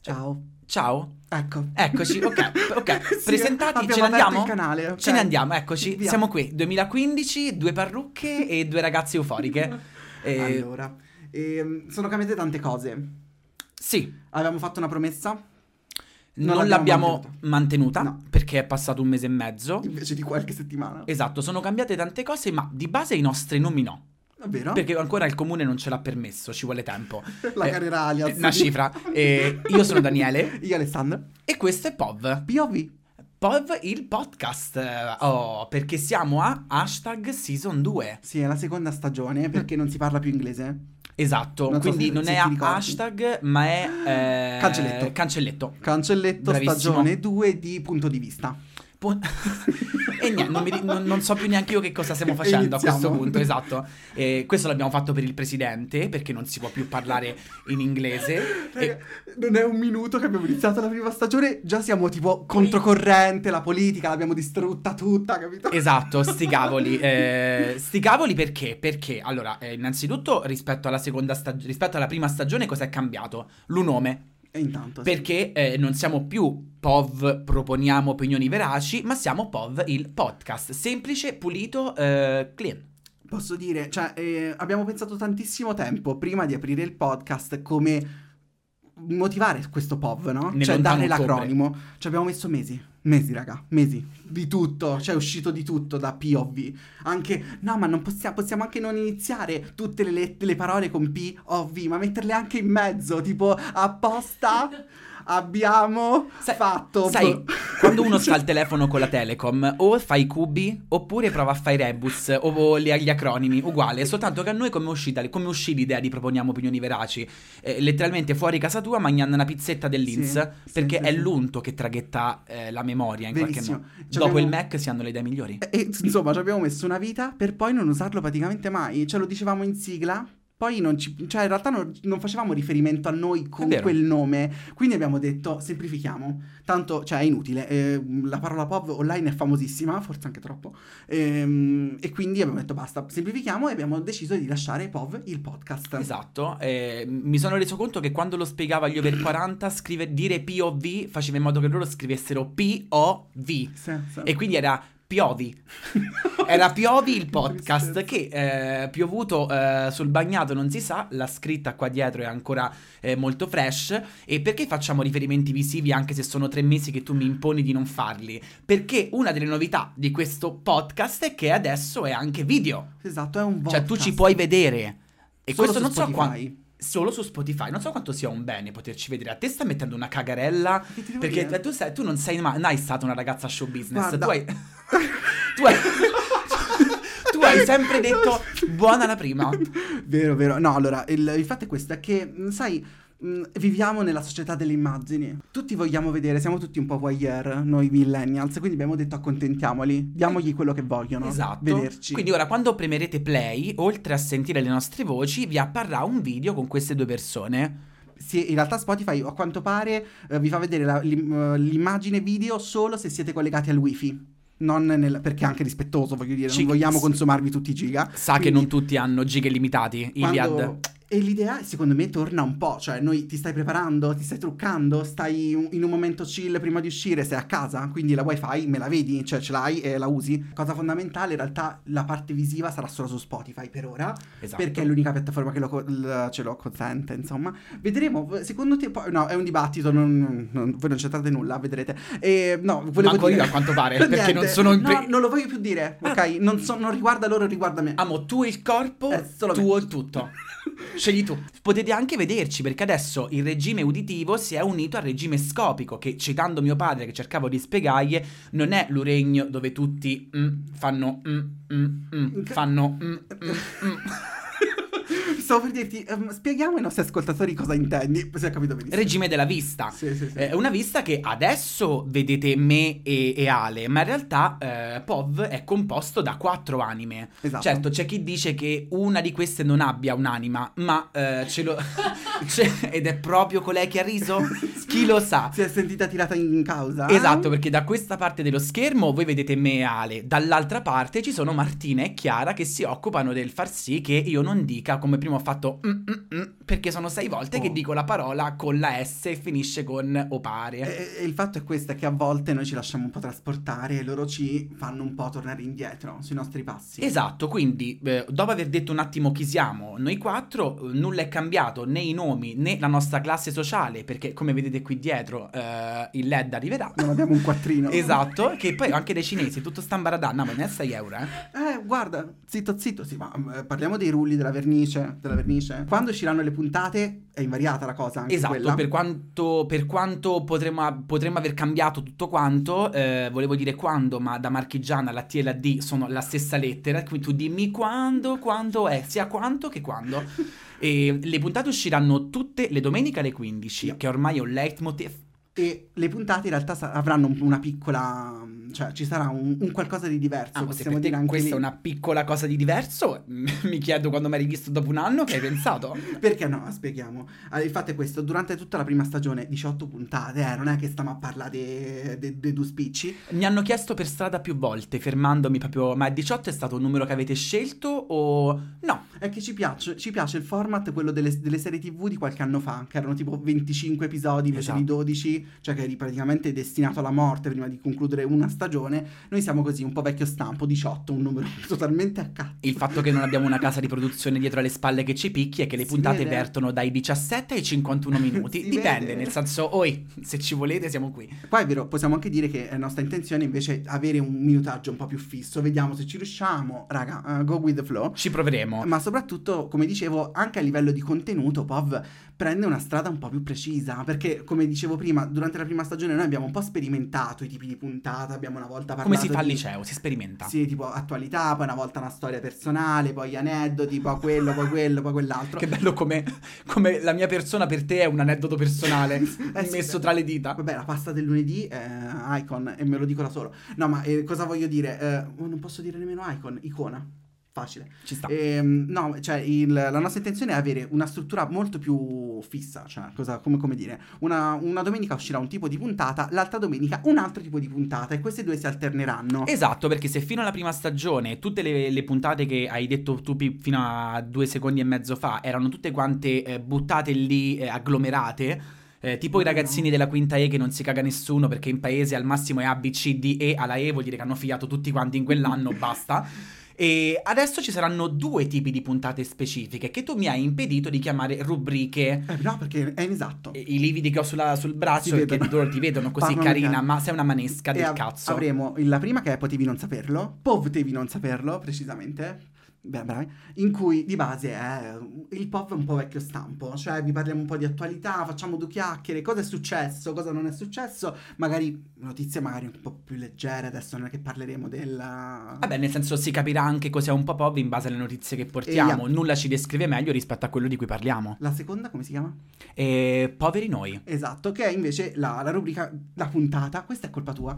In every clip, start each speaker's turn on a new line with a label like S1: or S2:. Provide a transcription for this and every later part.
S1: Ciao.
S2: Cioè, Ciao.
S1: Ecco.
S2: Eccoci, ok, ok.
S1: Sì,
S2: Presentati,
S1: abbiamo
S2: ce ne
S1: aperto
S2: andiamo?
S1: il canale, ok.
S2: Ce ne andiamo, eccoci.
S1: Via.
S2: Siamo qui, 2015, due parrucche e due ragazze euforiche. Eh,
S1: Allora, ehm, sono cambiate tante cose.
S2: Sì,
S1: Avevamo fatto una promessa,
S2: non,
S1: Non
S2: l'abbiamo
S1: l'abbiamo
S2: mantenuta,
S1: No.
S2: perché è passato un mese e mezzo.
S1: invece di qualche settimana.
S2: Esatto, sono cambiate tante cose, ma di base i nostri nomi no.
S1: Davvero?
S2: Perché ancora il comune non ce l'ha permesso, ci vuole tempo.
S1: La
S2: Eh,
S1: carriera alias.
S2: una cifra. Eh, io sono Daniele.
S1: Io Alessandro.
S2: E questo è POV.
S1: POV.
S2: POV il podcast. Oh, perché siamo a hashtag season 2.
S1: Sì, è la seconda stagione perché non si parla più inglese.
S2: Esatto,
S1: Non so
S2: quindi
S1: se-
S2: non
S1: se
S2: è
S1: ti
S2: a
S1: ricordi.
S2: hashtag, ma è eh,
S1: Cancelletto.
S2: cancelletto.
S1: Cancelletto
S2: Bravissimo.
S1: stagione 2 di punto di vista.
S2: Pu- e niente, non, mi ri- non- non so più neanche io che cosa stiamo facendo a questo
S1: Iniziamo.
S2: punto, esatto. Eh, questo l'abbiamo fatto per il presidente, perché non si può più parlare in inglese. E-
S1: Raga, Non è un minuto che abbiamo iniziato la prima stagione, già siamo tipo controcorrente, la politica l'abbiamo distrutta tutta, capito?
S2: Esatto, sti cavoli. Eh, sti cavoli perché? Perché, allora, eh, innanzitutto rispetto alla, seconda stag- rispetto alla prima stagione cosa è cambiato? L'unome.
S1: E intanto... sì.
S2: Perché eh, non siamo più POV, proponiamo opinioni veraci, ma siamo POV, il podcast. Semplice, pulito, eh, clean.
S1: Posso dire, cioè, eh, abbiamo pensato tantissimo tempo prima di aprire il podcast come motivare questo POV, no?
S2: Nel
S1: cioè,
S2: lontano
S1: dare
S2: ottobre.
S1: l'acronimo. Ci abbiamo messo mesi, mesi, raga, mesi. Di tutto, cioè, è uscito di tutto da POV. Anche, no, ma non possiamo, possiamo anche non iniziare tutte le, let- le parole con POV, ma metterle anche in mezzo, tipo, apposta abbiamo
S2: Sai-
S1: fatto...
S2: Sai, quando uno sta al telefono con la Telecom, o fai i cubi, oppure prova a fare i rebus, o, o gli, gli acronimi, uguale. Soltanto che a noi come uscì, come uscì l'idea di proponiamo opinioni veraci? Eh, letteralmente fuori casa tua mangiando una pizzetta dell'Inz,
S1: Sì,
S2: perché
S1: sì,
S2: è
S1: sì.
S2: l'unto che traghetta eh, la memoria in qualche
S1: Verissimo.
S2: modo.
S1: Ci
S2: Dopo il
S1: abbiamo-
S2: Mac si hanno le idee migliori.
S1: E, insomma, ci abbiamo messo una vita per poi non usarlo praticamente mai. Ce lo dicevamo in sigla. Poi non ci, cioè in realtà non, non facevamo riferimento a noi con
S2: vero.
S1: quel nome, quindi abbiamo detto semplifichiamo, tanto cioè è inutile, Eh, la parola pop online è famosissima, forse anche troppo, Ehm, e quindi abbiamo detto basta, semplifichiamo e abbiamo deciso di lasciare POV il podcast.
S2: Esatto, eh, mi sono reso conto che quando lo spiegavo agli over 40, scrive- dire POV faceva in modo che loro scrivessero POV.
S1: Sì, sì.
S2: E quindi era Piovi. Era Piovi il podcast che eh, piovuto eh, sul bagnato non si sa, la scritta qua dietro è ancora eh, molto fresh e perché facciamo riferimenti visivi anche se sono tre mesi che tu mi imponi di non farli? Perché una delle novità di questo podcast è che adesso è anche video,
S1: Esatto, è un
S2: cioè tu ci puoi vedere e questo non so
S1: quanto
S2: quanto... Solo su Spotify, non so quanto sia un bene poterci vedere a te, sta mettendo una cagarella perché te- tu, sei- tu non sei mai, mai stata una ragazza show business.
S1: Guarda.
S2: Tu hai, tu, hai, tu hai sempre detto buona la prima.
S1: Vero, vero. No, allora, il, il fatto è questo, è che, mh, sai, mh, viviamo nella società delle immagini. Tutti vogliamo vedere, siamo tutti un po' voyeur, noi millennials, quindi abbiamo detto accontentiamoli, diamogli quello che vogliono.
S2: Esatto.
S1: Vederci.
S2: Quindi ora quando premerete play, oltre a sentire le nostre voci, vi apparrà un video con queste due persone.
S1: Sì, in realtà Spotify, a quanto pare, eh, vi fa vedere la- l'im- eh, l'immagine video solo se siete collegati al wifi. Non nel, perché è anche rispettoso, voglio dire,
S2: Ci-
S1: non vogliamo consumarvi tutti i giga.
S2: Sa che
S1: Quindi-
S2: non tutti hanno giga illimitati, Iliad.
S1: Quando- E l'idea, secondo me, torna un po'. Cioè, noi ti stai preparando, ti stai truccando, stai un- in un momento chill prima di uscire, sei a casa, quindi la wifi me la vedi, cioè ce l'hai e la usi. Cosa fondamentale, in realtà, la parte visiva sarà solo su Spotify per ora,
S2: Esatto.
S1: perché è l'unica piattaforma che lo co- l- ce lo consente, insomma. Vedremo, secondo te, poi, no, è un dibattito, non, non- voi non c'entrate nulla, vedrete. E, no, volevo
S2: Manco
S1: dire...
S2: io, a quanto pare, perché
S1: Niente,
S2: non sono in pre-
S1: No, non lo voglio più dire, ok? Non, so- non riguarda loro, riguarda me.
S2: Amo tu il corpo,
S1: Eh, solo
S2: tuo
S1: me.
S2: il tutto. Scegli tu. Potete anche vederci perché adesso il regime uditivo si è unito al regime scopico che, citando mio padre che cercavo di spiegargli, non è l'uregno dove tutti mm, fanno mm, mm, mm, fanno mm, mm, mm.
S1: Stavo per dirti, ehm, spieghiamo ai nostri ascoltatori cosa intendi. Se ho capito benissimo.
S2: regime della vista.
S1: Sì, sì, sì.
S2: È Eh, una vista che adesso vedete me e, e Ale, ma in realtà eh, POV è composto da quattro anime.
S1: esatto.
S2: Certo, c'è chi dice che una di queste non abbia un'anima, ma eh, ce lo... c'è- ed è proprio colei che ha riso? Chi lo sa?
S1: Si è sentita tirata in causa.
S2: Esatto, perché da questa parte dello schermo voi vedete me e Ale, dall'altra parte ci sono Martina e Chiara che si occupano del far sì che io non dica come prima ho fatto "Mm, mm, mm", perché sono sei volte che
S1: Oh.
S2: dico la parola con la S e finisce con opare.
S1: E, e il fatto è questo, è che a volte noi ci lasciamo un po' trasportare e loro ci fanno un po' tornare indietro sui nostri passi.
S2: Esatto, quindi eh, dopo aver detto un attimo chi siamo, noi quattro, eh, nulla è cambiato né i nomi né la nostra classe sociale, perché come vedete qui dietro eh, il LED arriverà.
S1: non abbiamo un quattrino.
S2: Esatto, che poi anche dai cinesi, tutto stambaradà, no, ma non è 6 euro, eh.
S1: Eh, guarda, zitto zitto, sì, ma eh, parliamo dei rulli della vernice, della vernice. Quando usciranno le puntate è invariata la cosa anche
S2: Esatto,
S1: quella.
S2: per quanto, per quanto potremmo, potremmo aver cambiato tutto quanto, eh, volevo dire quando, ma da marchigiana la T e la D sono la stessa lettera, quindi tu dimmi quando, quando è, sia quanto che quando. e le puntate usciranno tutte le domeniche alle 15,
S1: Yeah.
S2: che ormai è un leitmotiv.
S1: E le puntate in realtà sa- avranno un- una piccola... cioè ci sarà un, un qualcosa di diverso,
S2: Ah, ma se
S1: possiamo
S2: per te
S1: dire anche
S2: questa
S1: lì.
S2: è una piccola cosa di diverso, mi chiedo quando mi hai rivisto dopo un anno che hai pensato.
S1: Perché no? Spieghiamo. Allora, il fatto è questo, durante tutta la prima stagione, 18 puntate, eh, non è che stiamo a parlare dei de, de due spicci.
S2: Mi hanno chiesto per strada più volte, fermandomi proprio, ma 18 è stato un numero che avete scelto o no?
S1: È che ci piace, ci piace il format, quello delle, delle serie tv di qualche anno fa, che erano tipo 25 episodi invece di
S2: Esatto.
S1: 12, cioè che eri praticamente destinato alla morte prima di concludere una stagione. Noi siamo così, un po' vecchio stampo, 18, un numero totalmente a cazzo.
S2: Il fatto che non abbiamo una casa di produzione dietro alle spalle che ci picchi è che le
S1: Si
S2: puntate
S1: vede.
S2: vertono dai 17 ai 51 minuti.
S1: Si
S2: Dipende,
S1: vede.
S2: nel senso, oi, se ci volete siamo qui.
S1: Poi è vero, possiamo anche dire che è nostra intenzione invece avere un minutaggio un po' più fisso, vediamo se ci riusciamo. Raga, eh, go with the flow.
S2: Ci proveremo.
S1: Ma soprattutto, come dicevo, anche a livello di contenuto, POV prende una strada un po' più precisa. Perché, come dicevo prima, durante la prima stagione noi abbiamo un po' sperimentato i tipi di puntata. Abbiamo una volta parlato.
S2: Come si fa al
S1: di-
S2: liceo? Si sperimenta.
S1: Sì, tipo attualità, poi una volta una storia personale, poi aneddoti, poi quello, poi quello, poi quell'altro.
S2: Che bello come, come la mia persona per te è un aneddoto personale
S1: Eh sì,
S2: messo
S1: beh.
S2: tra le dita.
S1: Vabbè, la pasta del lunedì è Icon, e me lo dico da solo. No, ma eh, cosa voglio dire? Eh, non posso dire nemmeno Icon, icona. Facile.
S2: Ci sta.
S1: Ehm, no, cioè il- la nostra intenzione è avere una struttura molto più fissa, cioè cosa- come, come dire, una, una domenica uscirà un tipo di puntata, l'altra domenica un altro tipo di puntata e queste due si alterneranno.
S2: Esatto, perché se fino alla prima stagione tutte le, le puntate che hai detto tu Pi, fino a due secondi e mezzo fa erano tutte quante eh, buttate lì, eh, agglomerate. eh,
S1: Mm.
S2: tipo i ragazzini della quinta E che non si caga nessuno perché in paese al massimo è A, B, C, D, E alla E vuol dire che hanno figliato tutti quanti in quell'anno, basta. E adesso ci saranno due tipi di puntate specifiche che tu mi hai impedito di chiamare rubriche.
S1: Eh, no, perché è inesatto.
S2: E I lividi che ho sulla- sul braccio
S1: Si
S2: e che
S1: vedono.
S2: loro ti vedono così
S1: Parlano
S2: carina,
S1: chiaro.
S2: ma sei una manesca
S1: E
S2: del
S1: av-
S2: cazzo.
S1: Avremo la prima che è Potevi non saperlo, Potevi non saperlo precisamente. Beh, bravi. In cui di base è il pop è un po' vecchio stampo, cioè vi parliamo un po' di attualità, facciamo due chiacchiere, cosa è successo, cosa non è successo, magari notizie magari un po' più leggere, adesso non è che parleremo della...
S2: Vabbè, nel senso si capirà anche cos'è un pop in base alle notizie che portiamo.
S1: Ehm.
S2: Nulla ci descrive meglio rispetto a quello di cui parliamo.
S1: La seconda come si chiama?
S2: E poveri noi.
S1: Esatto, che è invece la, la rubrica, la puntata, questa è colpa tua.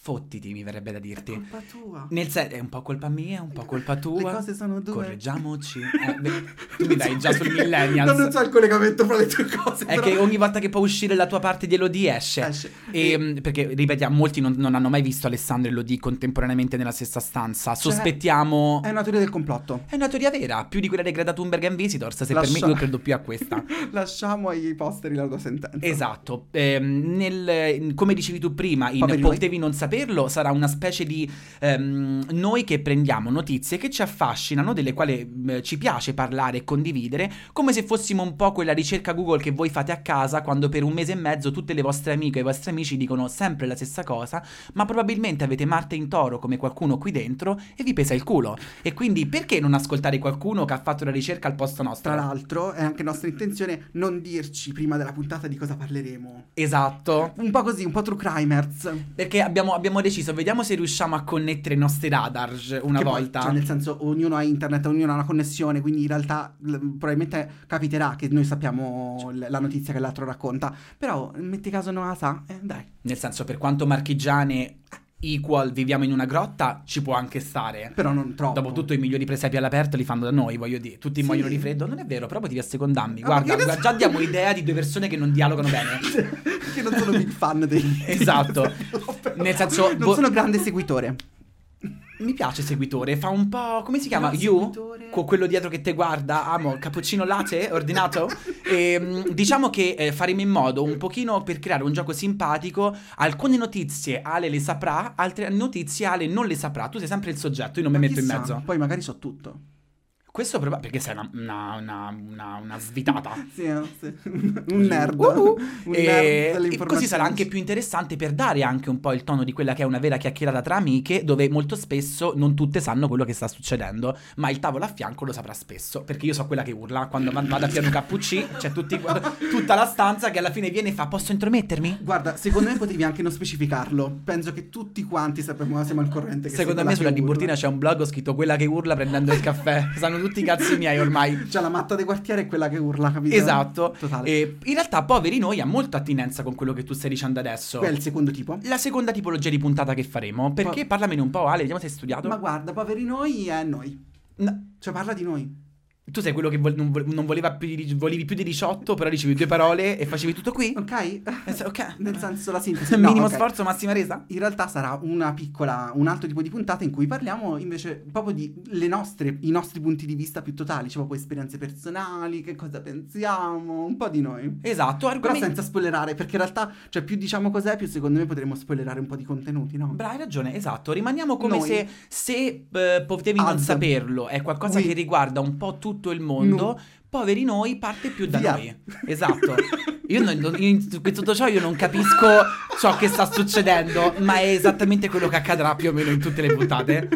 S2: Fottiti, mi verrebbe da dirti.
S1: Colpa tua.
S2: Nel senso, è un po' colpa mia, è un po' colpa
S1: Le
S2: tua.
S1: cose sono due.
S2: Correggiamoci. Eh, beh, tu mi
S1: Non
S2: dai
S1: so
S2: già sul
S1: perché.
S2: millennials.
S1: Non so il collegamento fra le tue cose.
S2: È
S1: però-
S2: che ogni cioè, ehm, volta che può uscire la tua parte di Elodie esce.
S1: Esce. Eh,
S2: E, mh, perché ripetiamo, molti non, non hanno mai visto Alessandro e Elodie contemporaneamente nella stessa stanza.
S1: Cioè,
S2: Sospettiamo.
S1: È una teoria del complotto.
S2: È una teoria vera, più di quella di Greta Thunberg and Visitors. Se
S1: Lascia-
S2: per me, io credo più a questa.
S1: Lasciamo ai posteri la tua sentenza.
S2: Esatto, Ehm, nel- in- come dicevi tu prima, in
S1: Poveri noi.
S2: Potevi non saperlo sarà una specie di ehm, noi che prendiamo notizie che ci affascinano, delle quali mh, ci piace parlare e condividere, come se fossimo un po' quella ricerca Google che voi fate a casa quando per un mese e mezzo tutte le vostre amiche e i vostri amici dicono sempre la stessa cosa, ma probabilmente avete Marte in toro come qualcuno qui dentro e vi pesa il culo. E quindi perché non ascoltare qualcuno che ha fatto la ricerca al posto nostro?
S1: Tra l'altro, è anche nostra intenzione non dirci prima della puntata di cosa parleremo.
S2: Esatto.
S1: Un po' così, un po' true crimers. Una
S2: Perché abbiamo, abbiamo deciso, vediamo se riusciamo a connettere i nostri radar una volta.
S1: cioè, nel senso, ognuno ha internet, ognuno ha una connessione, quindi in realtà l- probabilmente capiterà che noi sappiamo l- la notizia che l'altro racconta. Però, metti caso non la sa, eh, dai.
S2: Nel senso, per quanto marchigiane equal viviamo in una grotta, ci può anche stare.
S1: Però non troppo.
S2: Dopotutto i migliori presepi all'aperto li fanno da noi, voglio dire. Tutti
S1: Sì.
S2: muoiono di freddo. Non è vero, però potevi assecondarmi.
S1: Ah,
S2: Guarda,
S1: ma che ne
S2: guarda,
S1: so-
S2: già diamo idea di due persone che non dialogano bene.
S1: Che non sono big fan dei...
S2: Esatto.
S1: dei-
S2: Nel senso,
S1: Non
S2: vo-
S1: sono grande seguitore.
S2: Mi piace seguitore, fa un po'. come si chiama? You? Co- quello dietro che te guarda, amo, cappuccino latte, ordinato. E, mh, diciamo che eh, faremo in modo un pochino per creare un gioco simpatico. Alcune notizie Ale le saprà, altre notizie Ale non le saprà. Tu sei sempre il soggetto, io non mi metto in mezzo.
S1: Poi magari so tutto.
S2: Questo proba- perché sei una, una, una, una, una svitata.
S1: Sì, eh, sì. un nerd.
S2: Uh-uh.
S1: un
S2: e, e
S1: delle
S2: così sarà
S1: informazioni.
S2: anche più interessante per dare anche un po' il tono di quella che è una vera chiacchierata tra amiche, dove molto spesso non tutte sanno quello che sta succedendo, ma il tavolo a fianco lo saprà spesso, perché io so quella che urla quando va- vado a Piano Cappuccì, c'è tutti- tutta la stanza che alla fine viene e fa "Posso intromettermi?".
S1: Guarda, secondo me potevi anche non specificarlo. Penso che tutti quanti sappiamo, siamo al corrente. Che
S2: Secondo
S1: sei
S2: me
S1: quella
S2: sulla
S1: che urla.
S2: Tiburtina c'è un blog ho scritto quella che urla prendendo il caffè. Sanno tutti i cazzi miei ormai.
S1: Cioè, la matta dei quartieri è quella che urla, capito?
S2: Esatto.
S1: Totale.
S2: E in realtà poveri noi ha molta attinenza con quello che tu stai dicendo adesso.
S1: Quel secondo tipo.
S2: La seconda tipologia di puntata che faremo, perché parlamene un po', Ale, vediamo se hai studiato.
S1: Ma guarda, poveri noi è noi.
S2: No,
S1: Cioè, parla di noi.
S2: tu sei quello che vol- non, vol- non voleva più di, volevi più di 18, però dicevi due parole e facevi tutto qui?
S1: Ok?
S2: Nel sen- Ok.
S1: Nel senso la sintesi. No,
S2: Minimo
S1: ok.
S2: sforzo, massima resa?
S1: In realtà sarà una piccola, un altro tipo di puntata in cui parliamo invece proprio di le nostre, i nostri punti di vista più totali, cioè proprio esperienze personali, che cosa pensiamo, un po' di noi.
S2: Esatto,
S1: Però
S2: argomenti.
S1: senza spoilerare, perché in realtà, cioè più diciamo cos'è, più secondo me potremmo spoilerare un po' di contenuti, no?
S2: Bra, hai ragione, esatto. Rimaniamo come
S1: Noi.
S2: se, se eh, potevi non
S1: Ad.
S2: saperlo, è qualcosa
S1: We.
S2: che riguarda un po' tutto il mondo.
S1: No.
S2: Poveri noi, parte più da
S1: Via. Ehm.
S2: noi. Esatto. Io non- non- in su- in tutto ciò io non capisco ciò che sta succedendo, ma è esattamente quello che accadrà più o meno in tutte le puntate.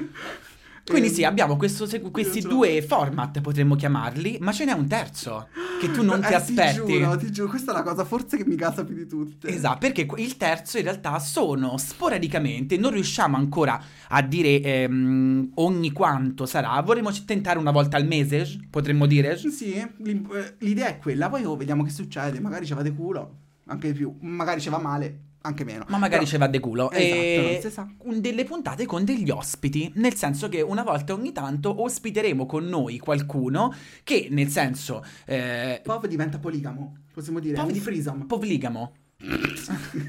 S2: Quindi
S1: Ehm,
S2: sì, abbiamo questo segu- questi
S1: io ce l'ho.
S2: due format, potremmo chiamarli, ma ce n'è un terzo che tu non
S1: Eh,
S2: ti aspetti.
S1: Ti giuro, ti giuro, questa è la cosa forse che mi gasa più di tutte.
S2: Esatto, perché qu- il terzo in realtà sono sporadicamente, non riusciamo ancora a dire ehm, ogni quanto sarà, vorremmo c- tentare una volta al mese, potremmo dire.
S1: Sì, l'im- eh, l'idea è quella, poi oh, vediamo che succede, magari ci va di culo, anche di più, magari ci va male, anche meno.
S2: Ma magari
S1: Però-
S2: ci va de culo.
S1: Esatto,
S2: E
S1: non si sa.
S2: un- delle puntate con degli ospiti. Nel senso che una volta ogni tanto ospiteremo con noi qualcuno che, nel senso, eh,
S1: Pov diventa poligamo, possiamo dire,
S2: Pov-
S1: un frisam.
S2: povligamo.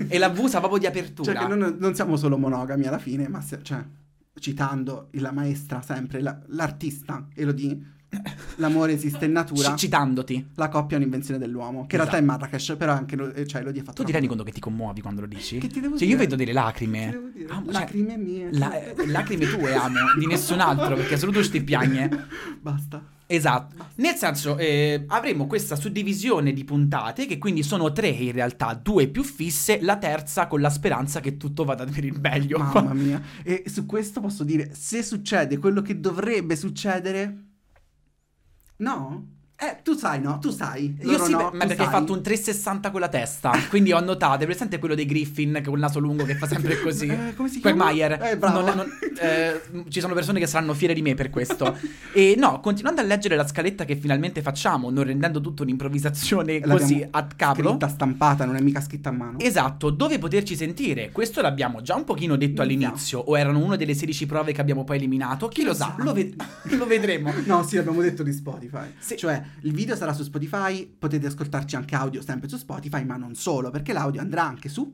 S2: e la V sa proprio di apertura.
S1: Cioè che non, non siamo solo monogami alla fine, ma se- cioè, citando la maestra sempre, la- l'artista Elodie, l'amore esiste in natura,
S2: C- citandoti.
S1: la coppia è un'invenzione dell'uomo, che in realtà è Marrakesh, però anche lo- eh, cioè, Elodie ha
S2: Esatto.
S1: fatto...
S2: Tu ti
S1: una-
S2: rendi conto che ti commuovi quando lo dici?
S1: Che ti devo
S2: cioè, io
S1: dire?
S2: vedo delle lacrime.
S1: Che devo dire?
S2: Ah, ma cioè,
S1: Lacrime mie.
S2: la- eh, lacrime tue, amo, di nessun altro, perché solo tu sti piagne.
S1: Basta.
S2: Esatto. Nel senso, eh, avremo questa suddivisione di puntate, che quindi sono tre in realtà, due più fisse, la terza con la speranza che tutto vada per il meglio.
S1: Mamma mia. E su questo posso dire, se succede quello che dovrebbe succedere... No? Eh, tu sai, no? Tu sai.
S2: Io
S1: Loro
S2: sì,
S1: no,
S2: beh, ma
S1: tu
S2: perché hai
S1: sai.
S2: fatto un 360 con la testa. Quindi ho notato, è presente quello dei Griffin con il naso lungo che fa sempre così.
S1: Eh, come si chiama?
S2: Quagmire.
S1: Eh, bravo.
S2: Non- non- eh, m- ci sono persone che saranno fiere di me per questo. e no, continuando a leggere la scaletta che finalmente facciamo, non rendendo tutto un'improvvisazione
S1: L'abbiamo
S2: così a capo.
S1: Scritta stampata, non è mica scritta a mano.
S2: Esatto, dove poterci sentire? Questo l'abbiamo già un pochino detto
S1: Non
S2: all'inizio, o erano una delle 16 prove che abbiamo poi eliminato. Chi lo sa,
S1: sa?
S2: lo, ved- lo vedremo.
S1: No, sì, abbiamo detto di Spotify.
S2: Sì.
S1: Cioè, il video sarà su Spotify, potete ascoltarci anche audio sempre su Spotify, ma non solo, perché l'audio andrà anche su.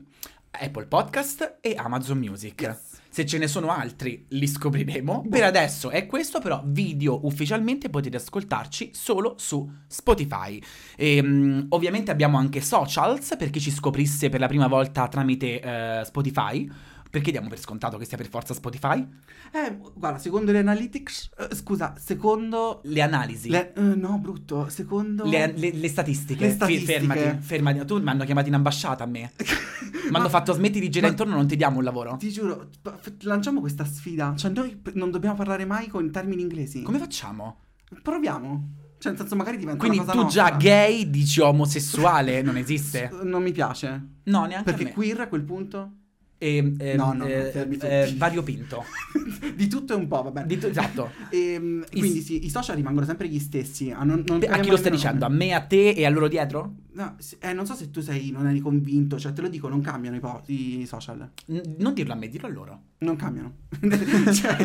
S2: Apple Podcast e Amazon Music.
S1: Yes.
S2: Se ce ne sono altri li scopriremo.
S1: Boh.
S2: Per adesso è questo, però video ufficialmente potete ascoltarci solo su Spotify. Ehm, ovviamente abbiamo anche socials per chi ci scoprisse per la prima volta tramite eh, Spotify. Perché diamo per scontato che sia per forza Spotify?
S1: Eh, guarda, secondo le analytics, eh, scusa, secondo
S2: Le analisi.
S1: le- eh, no, brutto, secondo
S2: Le, le- le statistiche,
S1: Le
S2: Fi-
S1: statistiche.
S2: fermati, fermati. Tu mi hanno chiamato in ambasciata a me. Mi hanno
S1: Ma-
S2: fatto smetti di girare
S1: ma-
S2: intorno, non ti diamo un lavoro.
S1: Ti giuro, p- f- lanciamo questa sfida. Cioè, noi p- non dobbiamo parlare mai con termini inglesi.
S2: Come facciamo?
S1: Proviamo. Cioè, nel senso, magari diventa
S2: Quindi tu
S1: una cosa nostra.
S2: già gay dici omosessuale, non esiste?
S1: S- Non mi piace.
S2: No, neanche a
S1: Perché
S2: me.
S1: queer a quel punto.
S2: Ehm, ehm,
S1: No, no,
S2: eh,
S1: fermi tutti.
S2: eh, variopinto.
S1: di tutto e un po', vabbè.
S2: Di tu- esatto.
S1: Ehm, quindi sì, i social rimangono sempre gli stessi. A, non- non
S2: Beh, A chi
S1: cambiamo
S2: lo stai
S1: nemmeno
S2: dicendo? A
S1: nome.
S2: me, a te e a loro dietro?
S1: No, s- eh, non so se tu sei, non eri convinto, cioè te lo dico, non cambiano i, po- i social.
S2: N- non dirlo a me, dirlo a loro.
S1: Non cambiano. cioè,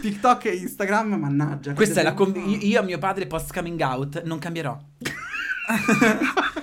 S1: TikTok e Instagram, mannaggia.
S2: Questa è la
S1: cosa
S2: conv- io, io a mio padre post coming out non cambierò.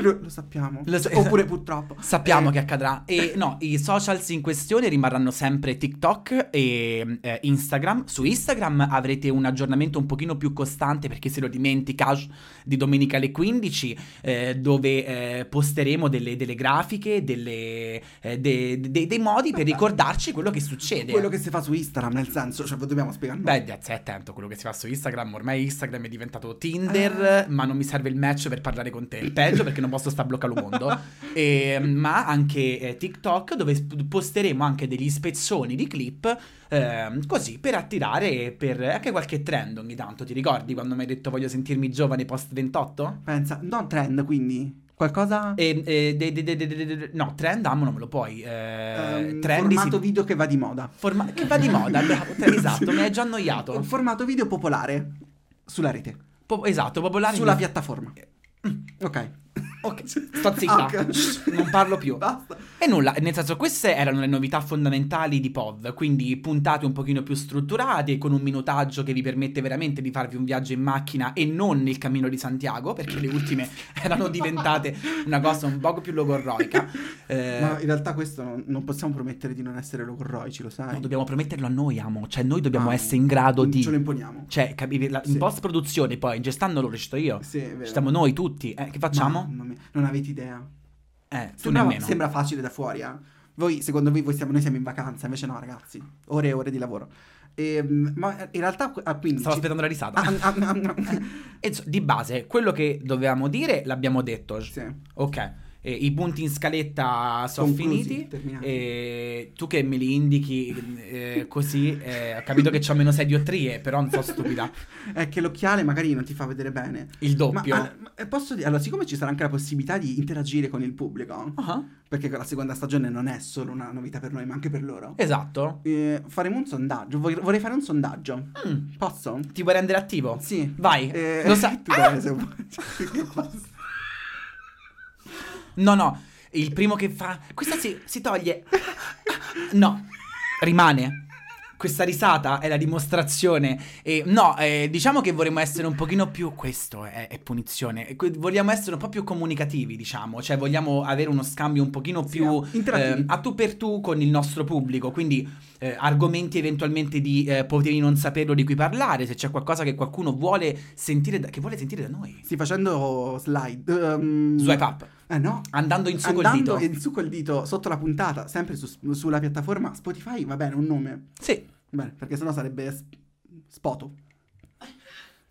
S1: Lo sappiamo.
S2: Lo sa-
S1: Oppure purtroppo.
S2: Sappiamo
S1: Eh,
S2: che accadrà. E no, i socials in questione rimarranno sempre TikTok e eh, Instagram. Su Instagram avrete un aggiornamento un pochino più costante perché se lo dimentica di domenica alle 15 eh, dove eh, posteremo delle, delle grafiche, delle, eh, de- de- dei modi per ricordarci quello che succede.
S1: Quello che si fa su Instagram, nel senso, cioè, dobbiamo spiegare.
S2: Beh, Diaz, stai attento a quello che si fa su Instagram. Ormai Instagram è diventato Tinder,
S1: Ah.
S2: ma non mi serve il match per parlare con te. Peggio perché non posso sta bloccando il mondo. E, Ehm, ma anche eh, TikTok, dove sp- posteremo anche degli spezzoni di clip. ehm, così per attirare per anche qualche trend ogni tanto. Ti ricordi quando mi hai detto voglio sentirmi giovane post 28?
S1: Pensa, non trend, quindi. Qualcosa.
S2: E, e- Ehm, eh, de- de- de- de- de- de- de- no, trend amo non me lo puoi. Eh,
S1: ehm,
S2: trendy si-
S1: formato video che va di moda.
S2: forma- che va di moda, bravo, te- esatto, mi hai già
S1: Un
S2: annoiato.
S1: formato video popolare. Sulla rete.
S2: Po- esatto, popolare
S1: Sulla
S2: piattaforma
S1: piattaforma. Mm, Ok.
S2: Ok, sto zitta.
S1: Ok.
S2: Shh, Non parlo più.
S1: Basta.
S2: E nulla, nel senso queste erano le novità fondamentali di POV, quindi puntate un pochino più strutturate, con un minutaggio che vi permette veramente di farvi un viaggio in macchina e non il cammino di Santiago, perché le ultime erano diventate una cosa un poco più logorroica. Eh,
S1: Ma in realtà questo non, non possiamo promettere di non essere logorroici, lo sai.
S2: no, dobbiamo prometterlo a noi, amo, cioè noi dobbiamo
S1: Ah,
S2: essere in grado di...
S1: Ce lo imponiamo.
S2: Cioè, capi- la- in
S1: Sì.
S2: post-produzione poi, ingestandolo, lo recito io.
S1: Sì, è vero.
S2: Stiamo noi tutti. Eh, che facciamo?
S1: Mamma mia, non avete idea.
S2: Eh, tu
S1: Sembra,
S2: nemmeno.
S1: sembra facile da fuori, eh. Voi, secondo voi, voi siamo, noi siamo in vacanza, invece no, ragazzi. Ore e ore di lavoro. Ehm, ma in realtà, ah, quindi...
S2: Stavo
S1: ci-
S2: aspettando la risata.
S1: Ah, ah, ah, ah, ah.
S2: E so- di base, quello che dovevamo dire l'abbiamo detto.
S1: Sì.
S2: Ok, E i punti in scaletta sono
S1: Conclusi,
S2: finiti.
S1: terminati.
S2: E tu che me li indichi eh, così, eh, ho capito che c'ho meno 6 diottrie, però non so stupida.
S1: È che l'occhiale magari non ti fa vedere bene.
S2: Il
S1: Ma,
S2: doppio.
S1: ah, ma- eh, posso dire, allora, siccome ci sarà anche la possibilità di interagire con il pubblico,
S2: Ah,
S1: perché la seconda stagione non è solo una novità per noi, ma anche per loro,
S2: Esatto.
S1: eh, faremo un sondaggio. Vor- Vorrei fare un sondaggio.
S2: Mm,
S1: Posso?
S2: ti vuoi rendere attivo?
S1: Sì.
S2: Vai.
S1: Eh,
S2: Lo sa-
S1: tu dai, se vuoi. Che basta.
S2: No, no. Il primo che fa. Questa si, si toglie. No, rimane. Questa risata è la dimostrazione. E, no, eh, diciamo che vorremmo essere un pochino più. Questo è, è punizione. E que- Vogliamo essere un po' più comunicativi, diciamo. Cioè, vogliamo avere uno scambio un pochino
S1: Sì, ah,
S2: più
S1: interattivi.
S2: eh, a tu per tu con il nostro pubblico. Quindi, eh, argomenti eventualmente di eh, potevi non saperlo di cui parlare. Se c'è qualcosa che qualcuno vuole sentire, da- che vuole sentire da noi.
S1: Sì, facendo slide. ehm,
S2: Swipe up.
S1: Eh no.
S2: Andando in su col
S1: Andando
S2: dito.
S1: in su col dito sotto la puntata, sempre su- sulla piattaforma Spotify, va bene, un nome.
S2: Sì.
S1: Bene, perché sennò sarebbe s- Spoto.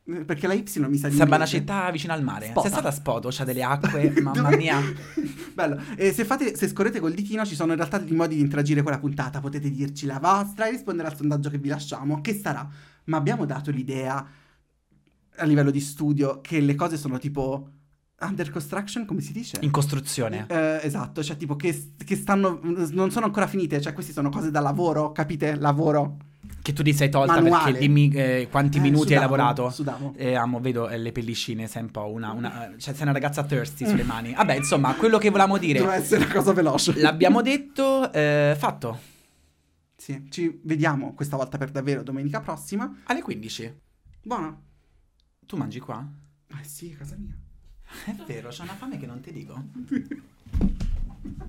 S1: Eh, Perché la Y mi sa di
S2: Sembra una
S1: inglese.
S2: città vicino al mare.
S1: Spota.
S2: Sei stata a Spodo, c'ha delle acque, mamma
S1: Dove-
S2: mia.
S1: Bello. E se, fate, se scorrete col ditino ci sono in realtà dei modi di interagire con la puntata. Potete dirci la vostra e rispondere al sondaggio che vi lasciamo, che sarà. Ma abbiamo dato l'idea a livello di studio che le cose sono tipo under construction, come si dice?
S2: In costruzione.
S1: Eh, esatto, cioè tipo che, che stanno, non sono ancora finite, cioè queste sono cose da lavoro, capite? Lavoro.
S2: Che tu ti sei tolta
S1: Manuale.
S2: perché dimmi eh, quanti
S1: Eh,
S2: minuti hai
S1: sudavo,
S2: lavorato.
S1: Sudavo.
S2: Eh, amo, vedo eh, le pellicine, sei un po' una. una cioè, sei una ragazza thirsty sulle mani. Vabbè, insomma, quello che volevamo
S1: Doveva
S2: dire.
S1: essere una cosa veloce.
S2: L'abbiamo detto, eh, fatto.
S1: Sì, ci vediamo questa volta per davvero domenica prossima.
S2: Alle 15.
S1: Buona.
S2: Tu mangi qua?
S1: Ah sì, a casa mia.
S2: È vero, c'è una fame che non ti dico.